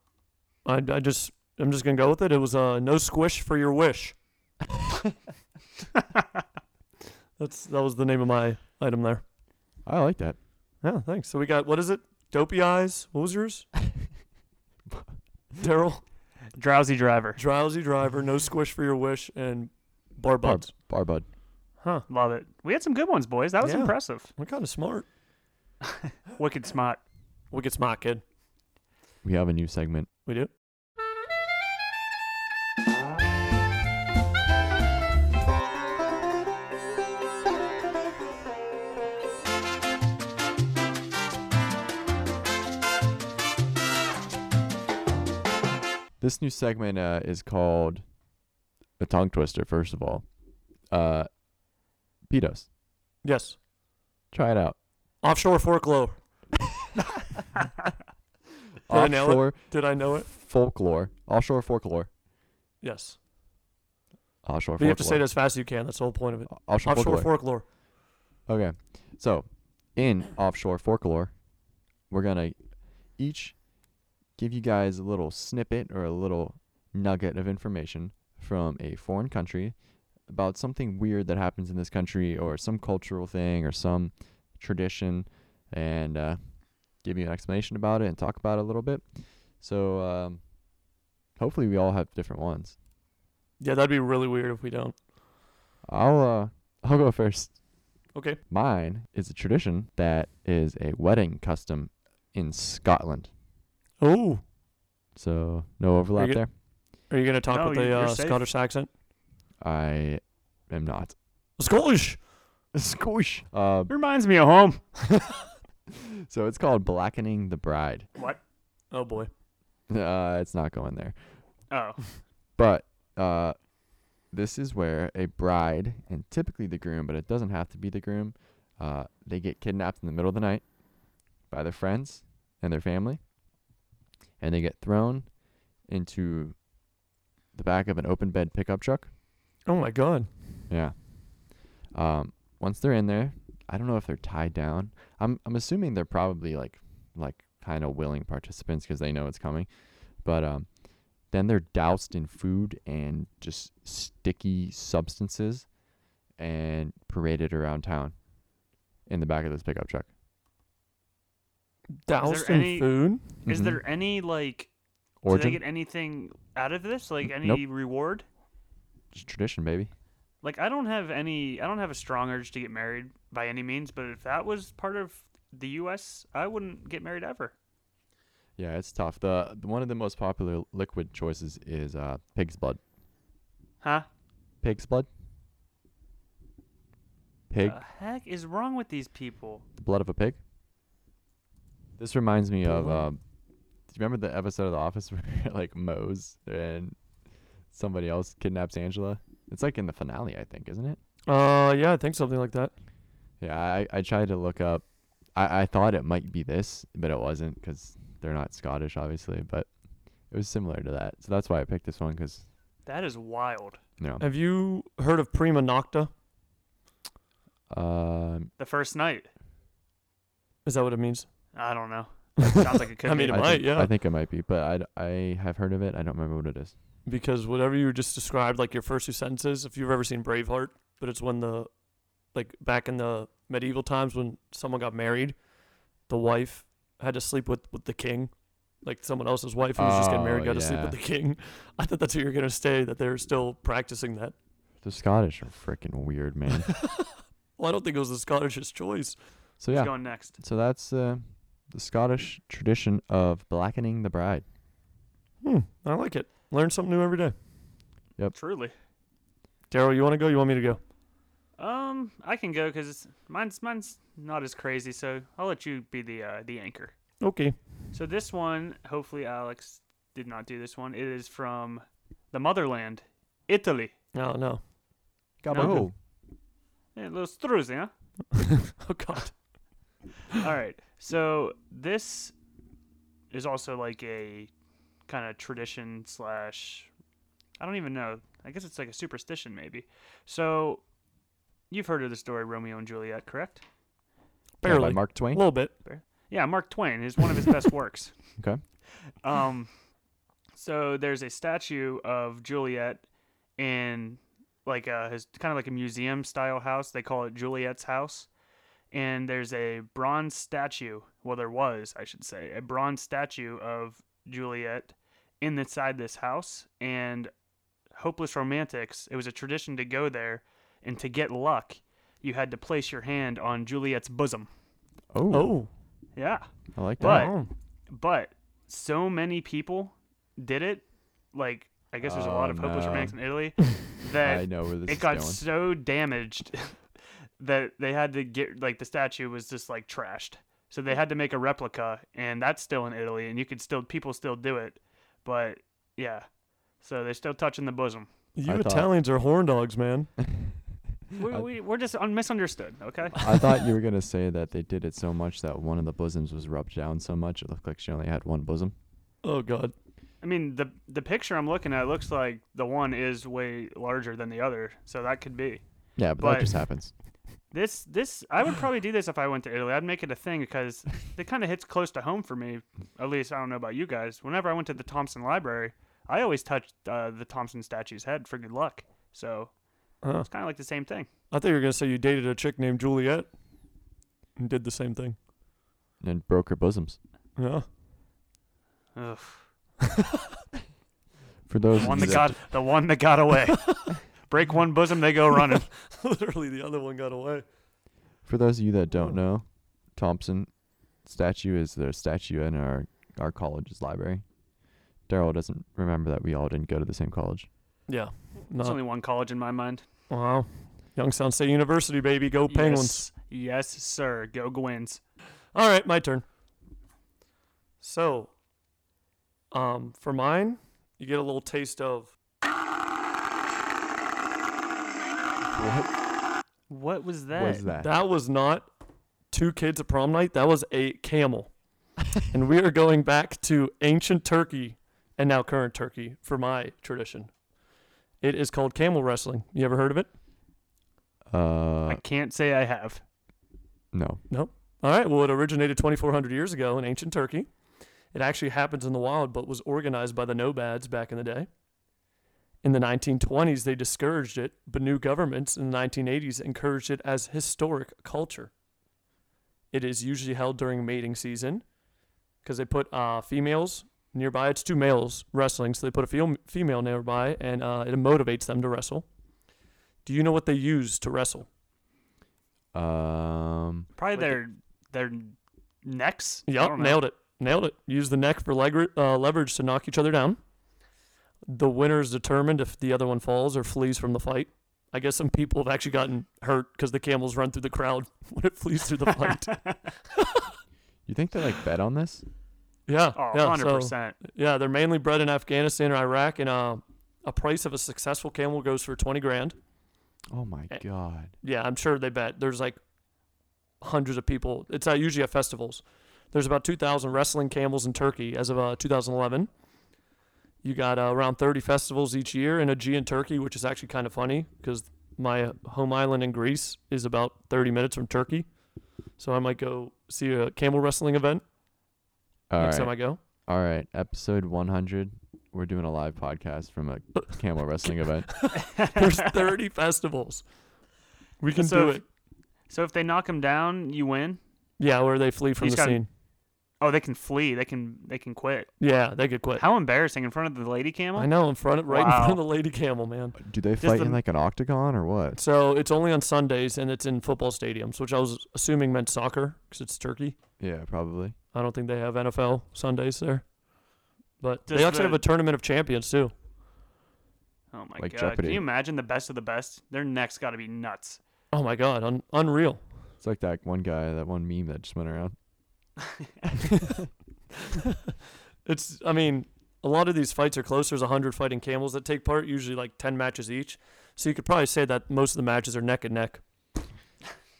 S1: I, I just I'm just gonna go with it. It was uh no squish for your wish. That's that was the name of my item there.
S2: I like that.
S1: Yeah, thanks. So we got what is it? Dopey eyes. What was yours? Daryl.
S3: Drowsy driver.
S1: Drowsy driver. No squish for your wish and bar
S2: Bar,
S1: buds.
S2: bar Bud.
S1: Huh.
S3: Love it. We had some good ones, boys. That was
S1: Yeah.
S3: impressive.
S1: We're kind of smart.
S3: Wicked smart.
S1: Wicked smart kid.
S2: We have a new segment.
S1: We do.
S2: This new segment uh, is called a tongue twister. First of all, uh, pedos.
S1: Yes.
S2: Try it out.
S1: Offshore folklore. I nail it?
S2: Offshore
S1: Did I know it?
S2: folklore. Offshore folklore.
S1: Yes.
S2: Offshore
S1: But you have to say it
S2: folklore.
S1: as fast as you can. That's the whole point of it.
S2: Offshore,
S1: Offshore
S2: folklore.
S1: folklore.
S2: Okay. So, in offshore folklore, we're going to each give you guys a little snippet or a little nugget of information from a foreign country about something weird that happens in this country or some cultural thing or some tradition and uh, give you an explanation about it and talk about it a little bit. So um, hopefully we all have different ones.
S1: Yeah, that'd be really weird if we don't.
S2: I'll uh, I'll go first.
S1: Okay.
S2: Mine is a tradition that is a wedding custom in Scotland.
S1: Oh,
S2: So no overlap
S1: you-
S2: there.
S1: are you gonna talk
S3: No,
S1: with
S3: you-
S1: a
S3: you're
S1: uh,
S3: safe.
S1: Scottish accent?
S2: I am not. <laughs>
S1: Scottish.
S2: Squish. Uh,
S3: Reminds me of home.
S2: so it's called blackening the bride. <laughs>
S3: What?
S1: Oh boy.
S2: Uh, it's not going there.
S3: Oh,
S2: But uh, this is where a bride and typically the groom, but it doesn't have to be the groom, uh, they get kidnapped in the middle of the night by their friends and their family, and they get thrown into the back of an open bed pickup truck.
S1: Oh my god.
S2: Yeah. Um, once they're in there, I don't know if they're tied down. I'm I'm assuming they're probably like like kind of willing participants because they know it's coming. But um, then they're doused in food and just sticky substances, and paraded around town in the back of this pickup truck.
S1: Doused in
S3: any-
S1: food.
S3: is
S2: Mhm.
S3: there any like? Do
S2: origin
S3: they get anything out of this? Like
S2: N-
S3: any
S2: nope.
S3: reward?
S2: It's tradition, baby?
S3: Like I don't have any. I don't have a strong urge to get married by any means. But if that was part of the U.S., I wouldn't get married ever.
S2: Yeah, it's tough. The the- one of the most popular liquid choices is uh, pig's blood.
S3: Huh?
S2: Pig's blood. Pig.
S3: The heck is wrong with these people?
S2: the blood of a pig. This reminds me of.
S1: Blood.
S2: Um, do you remember the episode of The Office <laughs> where like Moe's and somebody else kidnaps Angela? It's like in the finale, I think, isn't it?
S1: Uh, yeah, I think something like that.
S2: Yeah, I, I tried to look up. I, I thought it might be this, but it wasn't because they're not Scottish, obviously. But it was similar to that, so that's why I picked this one because
S3: That is wild.
S2: you know.
S1: Have you heard of prima nocta?
S2: Um,
S3: The first night.
S1: Is that what it means?
S3: I don't know. Sounds like it could
S1: I
S3: be.
S1: mean, it
S2: um, I
S1: might,
S2: think,
S1: yeah.
S2: I think it might be, but I d- I have heard of it. I don't remember what it is.
S1: Because whatever you just described, like your first two sentences, if you've ever seen Braveheart, but it's when the, like back in the medieval times when someone got married, the wife had to sleep with, with the king, like someone else's wife who was just getting married
S2: Oh,
S1: got to sleep with the
S2: yeah.
S1: king. <laughs> I thought that's where you're gonna stay. That they're still practicing <laughs> that.
S2: The Scottish are freaking weird, <laughs> man.
S1: Well, I don't think it was the Scottish's choice.
S2: so
S3: Who's
S2: yeah,
S3: going next?
S2: So that's uh, the Scottish tradition of blackening the bride.
S1: Hmm, I like it. Learn something new every day.
S3: Truly.
S1: Daryl, you want to go? You want me to go?
S3: Um, I can go because mine's mine's not as crazy, so I'll let you be the uh, the anchor.
S1: Okay.
S3: So this one, hopefully Alex did not do this one. It is from the motherland, Italy.
S1: No, no. <laughs>
S3: No. Yeah, Eh, little struzzi, huh?
S1: Oh God.
S3: All right. So this is also like a kind of tradition slash I don't even know. I guess it's like a superstition maybe. So you've heard of the story Romeo and Juliet, correct?
S2: Yeah, by
S1: Barely.
S2: Mark
S1: A
S2: Twain.
S1: little bit.
S3: Yeah, Mark Twain is one of his best works.
S2: Okay.
S3: Um so there's a statue of Juliet in like a his kind of like a museum style house. They call it Juliet's house. And there's a bronze statue, well there was, I should say, a bronze statue of Juliet in inside this house and hopeless romantics, it was a tradition to go there and to get luck, you had to place your hand on Juliet's bosom.
S2: Oh,
S1: Oh.
S3: Yeah.
S2: I like that.
S3: But-
S1: Oh.
S3: but so many people did it. Like I guess there's a lot
S2: Oh,
S3: of hopeless
S2: no.
S3: romantics
S2: <laughs>
S3: in Italy
S2: I
S3: that
S2: know where this
S3: it
S2: is
S3: got
S2: going.
S3: so damaged <laughs> that they had to get like the statue was just like trashed. So they had to make a replica, and that's still in Italy, and you could still people still do it, but yeah. So they're still touching the bosom.
S1: You
S2: I thought-
S1: Italians are horn dogs, man.
S3: We,
S2: I-
S3: we, we're just un- misunderstood, okay?
S2: I
S3: <laughs>
S2: thought you were gonna say that they did it so much that one of the bosoms was rubbed down so much it looked like she only had one bosom.
S1: Oh God.
S3: I mean, the the picture I'm looking at looks like the one is way larger than the other, so that could be.
S2: Yeah, but,
S3: But-
S2: that just happens.
S3: This this
S1: <sighs>
S3: I would probably do this if I went to Italy. I'd make it a thing because it kind of hits close to home for me. At least I don't know about you guys. Whenever I went to the Thompson Library, I always touched uh, the Thompson statue's head for good luck. So
S1: Huh.
S3: it's kind of like the same thing.
S1: I thought you were gonna say you dated a chick named Juliet and did the same thing.
S2: and broke her bosoms.
S1: Yeah.
S3: Ugh.
S2: For
S3: The
S2: those of
S3: one
S2: you
S3: that
S2: that-
S3: got the one that
S1: <laughs>
S3: got away. Break one bosom, they go running.
S1: <laughs> Literally, the other one got away.
S2: For those of you that don't
S1: Oh.
S2: know, Thompson statue is the statue in our our college's library. Daryl doesn't remember that we all didn't go to the same college.
S1: Yeah.
S3: It's
S1: Not,
S3: only one college in my mind.
S1: wow. Youngstown State University, baby. Go Penguins.
S3: Yes, yes sir. Go Gwins.
S1: All right, my turn. So, um, for mine, you get a little taste of.
S3: What was that?
S2: What is that?
S1: That was not two kids at prom night. That was a camel, and we are going back to ancient Turkey and now current Turkey for my tradition. It is called camel wrestling. You ever heard of it?
S2: Uh,
S3: I can't say I have.
S2: no.
S1: All right. Well, it originated 2,400 years ago in ancient Turkey. It actually happens in the wild, but was organized by the nomads back in the day. In the 1920s, they discouraged it, but new governments in the 1980s encouraged it as historic culture. It is usually held during mating season because they put uh, females nearby. It's two males wrestling, so they put a fem- female nearby, and uh, it motivates them to wrestle. Do you know what they use to wrestle?
S2: Um,
S3: Probably
S1: Like
S3: their their necks. I
S1: Yep,
S3: don't know.
S1: nailed it. Nailed it. Use the neck for leg- uh, leverage to knock each other down. The winner is determined if the other one falls or flees from the fight. I guess some people have actually gotten hurt because the camels run through the crowd <laughs> when it flees
S3: <laughs>
S1: through the fight.
S2: you think they like bet on this?
S1: yeah,
S3: Oh,
S1: yeah.
S3: 100%.
S1: So, yeah, they're mainly bred in Afghanistan or Iraq, and uh, a price of a successful camel goes for twenty grand.
S2: Oh my
S1: Eh.
S2: god.
S1: Yeah, I'm sure they bet. There's like hundreds of people. It's uh, usually at festivals. There's about 2,000 wrestling camels in Turkey as of uh, 2011. You got uh, around 30 festivals each year in Aegean Turkey, which is actually kind of funny because my home island in Greece is about 30 minutes from Turkey. So I might go see a camel wrestling event
S2: All
S1: next
S2: right.
S1: time I
S3: <laughs>
S1: go.
S2: all right. Episode 100. We're doing a live podcast from a camel wrestling event.
S1: There's 30 festivals. We can
S3: So
S1: do
S3: if-
S1: it.
S3: <laughs> So if they knock him down, you win.
S1: Yeah, where they flee from
S3: He's
S1: the
S3: gotta-
S1: scene.
S3: Oh, they can flee. They can they can quit.
S1: Yeah, they could quit.
S3: How embarrassing in front of the lady camel.
S1: I know, in front of, right in front
S3: Wow.
S1: of the lady camel, man.
S2: Do they
S3: Just
S2: fight
S3: the-
S2: in like an octagon or what?
S1: So it's only on Sundays and it's in football stadiums, which I was assuming meant soccer because it's Turkey.
S2: Yeah, probably.
S1: I don't think they have NFL Sundays there. But they
S3: Does
S1: actually have
S3: the-
S1: a tournament of champions too.
S3: Oh my
S2: Like
S3: god!
S2: Jeopardy.
S3: Can you imagine the best of the best? Their necks got to be nuts.
S1: Oh my God, un- unreal. <laughs>
S2: It's like that one guy, that one meme that just went around.
S1: Um, It's, I mean, a lot of these fights are close. There's 100 fighting camels that take part, usually like 10 matches each. So you could probably say that most of the matches are neck and neck.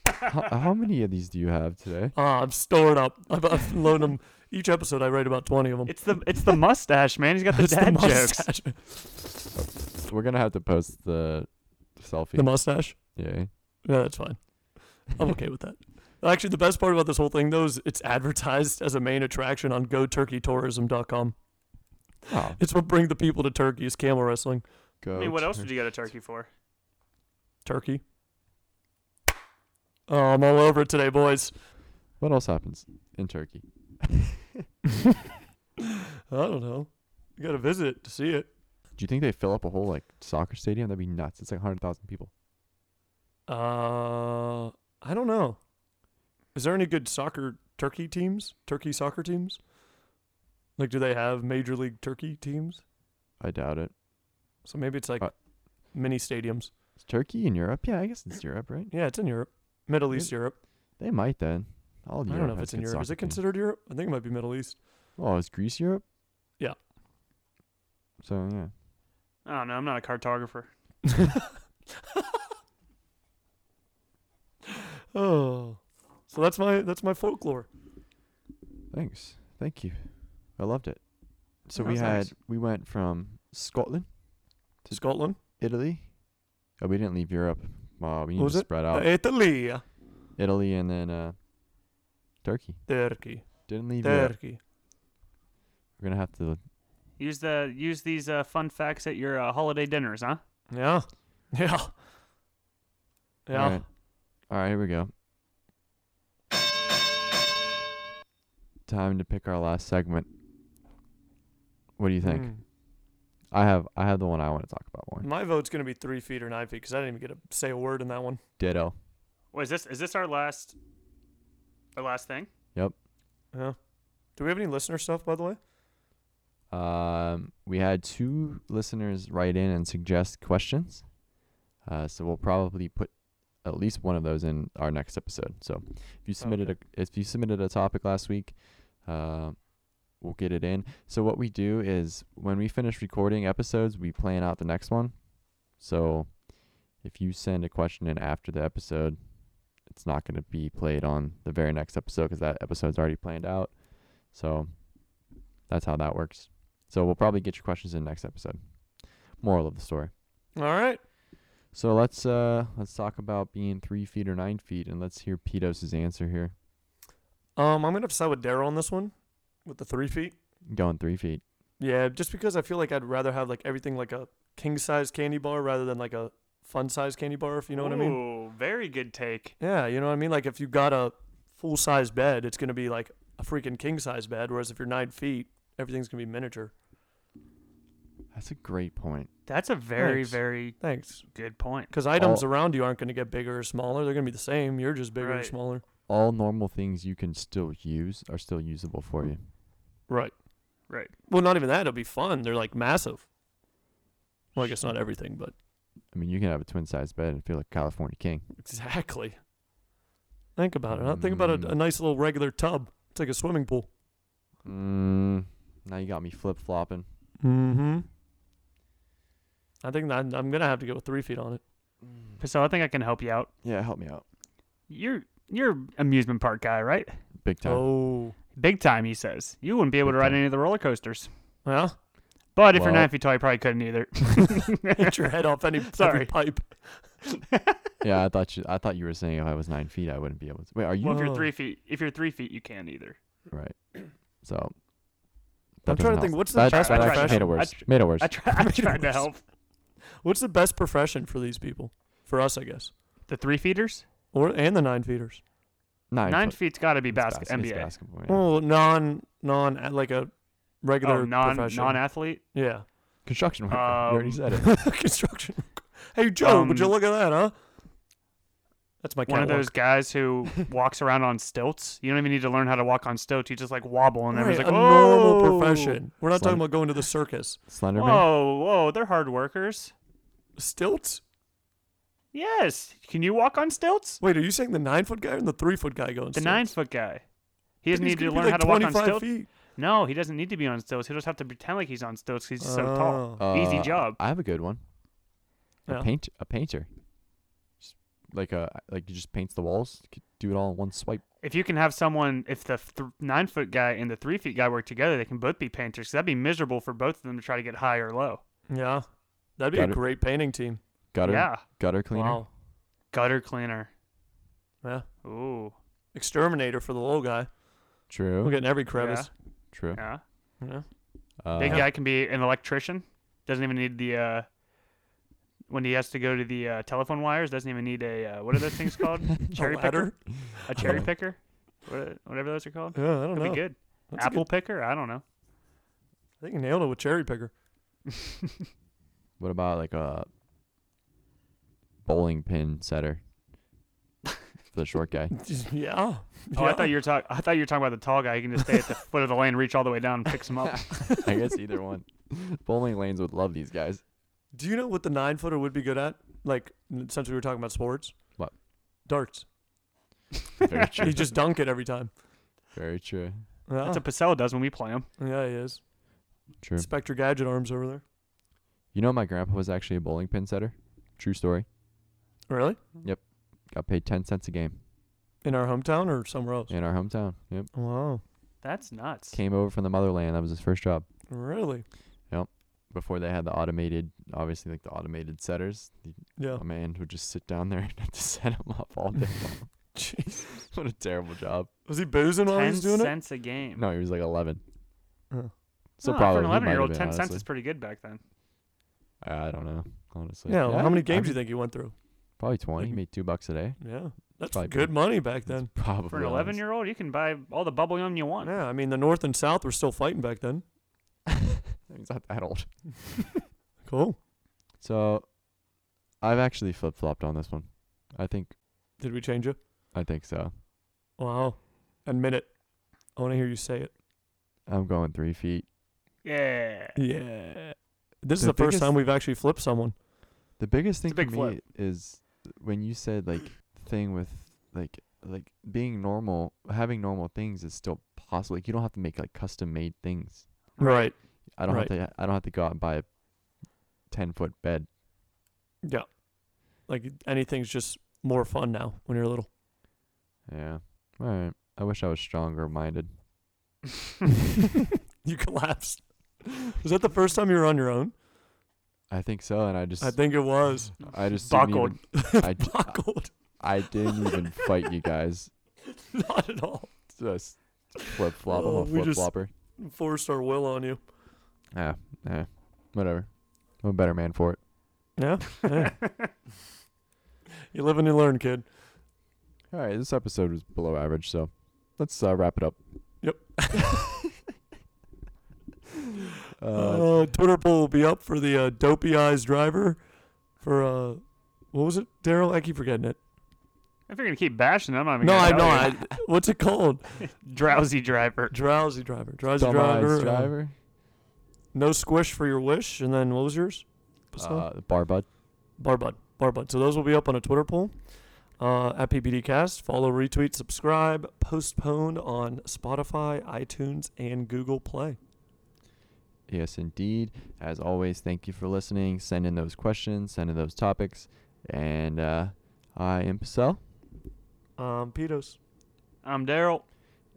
S2: how, how many of these do you have today?
S1: Ah, I'm stored up. I've, I've loaded them. Each episode, I write about 20 of them.
S3: <laughs> It's the it's the mustache, man. He's got
S1: <laughs>
S3: the
S1: It's
S3: dad jokes.
S1: mustache.
S2: We're gonna have to post the selfie.
S1: The mustache.
S2: yeah.
S1: No, that's fine. I'm okay with that. Actually, the best part about this whole thing, though, is it's advertised as a main attraction on GoTurkeyTourism.com.
S2: Oh,
S1: It's what bring the people to Turkey is camel wrestling.
S2: go.
S3: I mean, what else
S2: Turk-
S3: would you go to Turkey for?
S1: Turkey. Oh, I'm all over it today, boys. <laughs>
S2: What else happens in Turkey?
S1: I don't know. You got to visit to see it.
S2: Do you think they fill up a whole like soccer stadium? That'd be nuts. It's like hundred thousand people.
S1: Uh, I don't know. Is there any good soccer Turkey teams? Turkey soccer teams? Like, do they have Major League Turkey teams?
S2: I doubt it.
S1: So maybe it's like
S2: Uh,
S1: mini stadiums.
S2: Is Turkey in Europe? Yeah, I guess it's Europe, right?
S1: Yeah, it's in Europe, Middle East, Europe.
S2: They might then. All
S1: I
S2: Europe
S1: don't know if
S2: has
S1: it's in
S2: good
S1: Europe. Is
S2: soccer
S1: it
S2: teams.
S1: considered Europe? I think it might be Middle East.
S2: Oh, is Greece Europe?
S1: Yeah.
S2: So yeah.
S3: I don't know. I'm not a cartographer.
S1: Oh, so that's my that's my folklore.
S2: Thanks. Thank you. I loved it. So
S3: That
S2: we
S3: was
S2: had
S3: nice.
S2: we went from Scotland, Did-
S1: Scotland.
S2: Italy. Oh, we didn't leave Europe, Wow, we
S1: What
S2: need
S1: was
S2: to
S1: it?
S2: spread out
S1: Uh, Italy,
S2: Italy and then uh, Turkey.
S1: Turkey,
S2: Didn't leave Europe.
S1: Turkey.
S2: We're gonna have to.
S3: Use the use these uh, fun facts at your uh, holiday dinners, huh?
S1: Yeah, <laughs> yeah, yeah.
S2: All right. All right, here we go. Time to pick our last segment. What do you think?
S1: Mm.
S2: I have I have the one I want to talk about more.
S1: Hmm. My vote's gonna be three feet or nine feet because I didn't even get to say a word in that one.
S2: Ditto.
S3: Wait, is this is this our last our last thing?
S1: Yeah. Do we have any listener stuff, by the way?
S2: Um, we had two listeners write in and suggest questions. Uh, so we'll probably put at least one of those in our next episode. So if you submitted a if you submitted a topic last week, uh, we'll get it in. So what we do is when we finish recording episodes, we plan out the next one. So if you send a question in after the episode, it's not going to be played on the very next episode because that episode's already planned out. So that's how that works. So we'll probably get your questions in next episode. Moral of the story.
S1: All right.
S2: So let's uh let's talk about being three feet or nine feet, and let's hear Pedos' answer here.
S1: Um, I'm gonna have to side with Daryl on this one, with the three feet.
S2: Going three feet.
S1: Yeah, just because I feel like I'd rather have like everything like a king size candy bar rather than like a fun size candy bar, if you know what I mean.
S3: Ooh, very good take.
S1: Yeah, you know what I mean? Like if you got a full size bed, it's gonna be like a freaking king size bed, whereas if you're nine feet, everything's gonna be miniature.
S2: That's a great point.
S3: That's a very
S1: Thanks.
S3: very
S1: Thanks.
S3: good point.
S1: Because items around you aren't gonna get bigger or smaller. They're gonna be the same. You're just bigger or
S3: Right.
S1: smaller.
S2: All normal things you can still use are still usable for you.
S1: Right.
S3: Right.
S1: Well, not even that. It'll be fun. They're like massive. Well, I guess not everything, but <laughs>
S2: I mean, you can have a twin size bed and feel like a California king.
S1: exactly. Think about it. Huh? Think about a, a
S3: Hmm.
S2: Mm.
S1: nice little regular tub. It's like a swimming pool.
S2: Mm, now you got me flip flopping.
S1: Mm-hmm. I think that I'm gonna have to go with three feet on it.
S3: Pistol, I think I can help you out.
S2: Yeah, help me out.
S3: You're you're amusement park guy, right?
S2: Big time.
S1: Oh,
S3: Big time, he says. You wouldn't be able
S2: Big
S3: to ride
S2: time.
S3: any of the roller coasters.
S1: well, <laughs>
S3: But if you're
S2: Well-
S3: nine feet tall, you probably couldn't either. <laughs>
S1: hit your head off any
S3: Sorry.
S1: every pipe.
S2: Yeah, I thought you. I thought you were saying if I was nine feet, I wouldn't be able to. Wait, are you
S3: Well, if
S1: Oh.
S3: you're three feet, if you're three feet, you can either.
S2: right? So.
S1: I'm trying
S2: that
S1: to
S2: doesn't
S1: think.
S2: help.
S1: What's the
S2: That-
S1: best
S2: that
S3: I
S2: actually
S3: tried-
S1: profession?
S2: made it
S3: I
S2: worse.
S3: tr-
S2: made it worse.
S3: I, try, I tried to help.
S1: What's the best profession for these people? For us, I guess,
S3: The three feeters,
S1: or and the nine feeters.
S2: nine,
S3: nine
S2: foot.
S3: feet's got to be
S2: It's
S3: basket
S2: bas- it's
S3: NBA.
S2: basketball, yeah.
S1: Oh, non, non, uh, like a regular
S3: oh, non
S1: profession.
S3: non athlete. <laughs>
S1: yeah,
S2: Construction worker. you already
S3: Um,
S2: said it.
S1: construction. Hey Joe, would you
S3: Um,
S1: look at that, huh? That's my
S3: One
S1: catwalk.
S3: of those
S1: <laughs>
S3: guys who walks around on stilts. You don't even need to learn how to walk on stilts. You just like wobble, and
S1: Right,
S3: everyone's
S1: a
S3: like, "Oh!" "Whoa,
S1: normal profession. We're not
S2: Slide-
S1: talking about going to the circus.
S2: Slenderman.
S3: Whoa, whoa, they're hard workers."
S1: Stilts?
S3: Yes. Can you walk on stilts?
S1: Wait, are you saying the nine foot guy or the three foot guy going?
S3: The
S1: stilts?
S3: nine foot guy. He
S1: Dude,
S3: doesn't
S1: he's
S3: need to
S1: gonna be
S3: learn
S1: like
S3: how to walk on
S1: 25
S3: stilts.
S1: feet.
S3: No, he doesn't need to be on stilts. He just have to pretend like he's on stilts because he's so tall.
S1: Oh.
S3: Easy
S2: Uh,
S3: job.
S2: I have a good one.
S1: Yeah.
S2: A paint a painter. Just Like a like you just paints the walls. You could do it all in one swipe.
S3: If you can have someone, if the th- nine foot guy and the three feet guy work together, they can both be painters. 'cause that'd be miserable for both of them to try to get high or low.
S1: Yeah, that'd be
S2: Got
S1: a
S2: it.
S1: great painting team.
S2: Gutter
S3: Yeah.
S2: gutter cleaner.
S1: Wow.
S3: Gutter cleaner.
S1: Yeah.
S3: Ooh.
S1: Exterminator for the little guy.
S2: True.
S1: We're getting every crevice.
S2: True.
S3: Yeah.
S1: Yeah.
S2: Uh,
S3: Big guy can be an electrician. Doesn't even need the. uh when he has to go to the uh, telephone wires, doesn't even need a uh, what are those things called?
S1: <laughs>
S3: cherry
S1: a ladder.
S3: picker, a cherry picker, What- whatever those are called.
S1: Yeah, I don't
S3: Could
S1: know.
S3: be good.
S1: That's a
S3: Apple picker, I don't know.
S1: I think you nailed it with cherry picker.
S2: <laughs>
S1: <laughs>
S2: What about like a bowling pin
S3: <laughs>
S2: setter? For the short guy.
S1: yeah.
S3: Oh, I thought you were talking. I thought you were talking about the tall guy. He can just stay at
S2: <laughs>
S3: the foot of the lane, reach all the way down, and picks him up.
S2: I guess either one.
S3: <laughs>
S2: Bowling lanes would love these guys.
S1: Do you know what the nine footer would be good at? Like n- since we were talking about sports.
S2: What?
S3: <laughs>
S1: Darts.
S2: Very true.
S1: He just dunk it every time.
S2: Very true.
S1: Yeah.
S3: That's what Pacella does when we play him.
S1: yeah, he is.
S2: True.
S1: Spectre gadget arms over there.
S2: You know, my grandpa was actually a bowling pin setter. True story.
S1: Really?
S2: Got paid ten cents a game
S1: In our hometown or somewhere else?
S2: in our hometown. Yep.
S1: Wow.
S3: That's nuts.
S2: Came over from the motherland. That was his first job.
S1: Really?
S2: before they had the automated, obviously like the automated setters, the-
S1: Yeah.
S2: a man would just sit down there <laughs> and have to set him up all day long.
S1: <laughs> Jeez.
S2: what a terrible job.
S1: Was he boozing while he
S3: ten
S1: was doing
S3: cents a game.
S2: No, he was like 11.
S1: Huh.
S2: So
S3: No,
S2: probably
S3: for an
S2: he might have
S3: eleven-year-old,
S2: been,
S3: ten cents
S2: honestly.
S3: is pretty good back then.
S2: I don't know, honestly.
S1: it? Yeah. well, how many games
S2: I
S1: do you think he went through?
S2: Probably 20.
S1: like-
S2: made two bucks a day.
S1: Yeah. That's
S2: Probably
S1: good
S2: been-
S1: money back
S2: That's
S1: then.
S2: probably
S3: For an
S2: honest.
S3: eleven-year-old, you can buy all the bubble gum you want.
S1: Yeah. I mean, the North and South were still fighting back then.
S2: He's not that old.
S1: Cool.
S2: So, I've actually flip flopped on this one. I think,
S1: Did we change it?
S2: I think so.
S1: Wow. Admit it. I want to hear you say it.
S2: I'm going three feet. <laughs>
S3: Yeah. <laughs>
S1: Yeah. This is
S2: The
S1: the first
S2: biggest-
S1: time we've actually flipped someone.
S2: The biggest thing
S3: a big
S2: for me
S3: flip.
S2: is when you said like thing with like like being normal, having normal things is still possible. Like you don't have to make like custom made things.
S1: Right.
S2: I don't
S1: Right.
S2: have to. I don't have to go out and buy a ten foot bed.
S1: Yeah. Like anything's just more fun now when you're
S2: <laughs>
S1: little. <laughs>
S2: Yeah. All right. I wish I was stronger minded.
S1: You collapsed. Was that the first time you were on your own?
S2: I think so, and I just
S1: I think it was.
S2: I just
S3: Buckled.
S2: Didn't even, <laughs> I, d-
S1: Buckled. <laughs>
S2: I didn't even fight you guys.
S1: Not at all.
S2: Just flip
S1: <laughs>
S2: flop.
S1: Oh,
S2: I'm a
S1: we
S2: flip
S1: just-
S2: flopper.
S1: Forced our will on you.
S2: Yeah. Yeah. Whatever. I'm a better man for it.
S1: Yeah. yeah. <laughs> you live and you learn, kid.
S2: All right, this episode was below average, so let's uh, wrap it up.
S1: Yep.
S2: <laughs> uh,
S1: Uh, Twitter poll will be up for the uh, dopey eyes driver. For uh, what was it, Daryl? I keep forgetting it.
S3: If you're gonna keep bashing them, I'm
S1: no,
S3: gonna
S1: I
S3: tell
S1: know.
S3: you.
S1: I, what's it called?
S3: <laughs> drowsy driver.
S1: Drowsy driver. Drowsy
S2: dumb
S1: driver.
S2: eyes
S1: uh,
S2: driver.
S1: no squish for your wish. And then what was yours? Pascal?
S2: Uh, bar bud.
S1: Barbud, Barbud. So those will be up on a Twitter poll uh, at PBDcast. Follow, retweet, subscribe, postponed on Spotify, iTunes, and Google Play.
S2: Yes, indeed. As always, thank you for listening. Send in those questions. Send in those topics. And uh, I am Pacell,
S1: Um, pedos.
S3: I'm Daryl.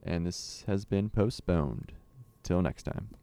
S2: and this has been postponed. Till next time.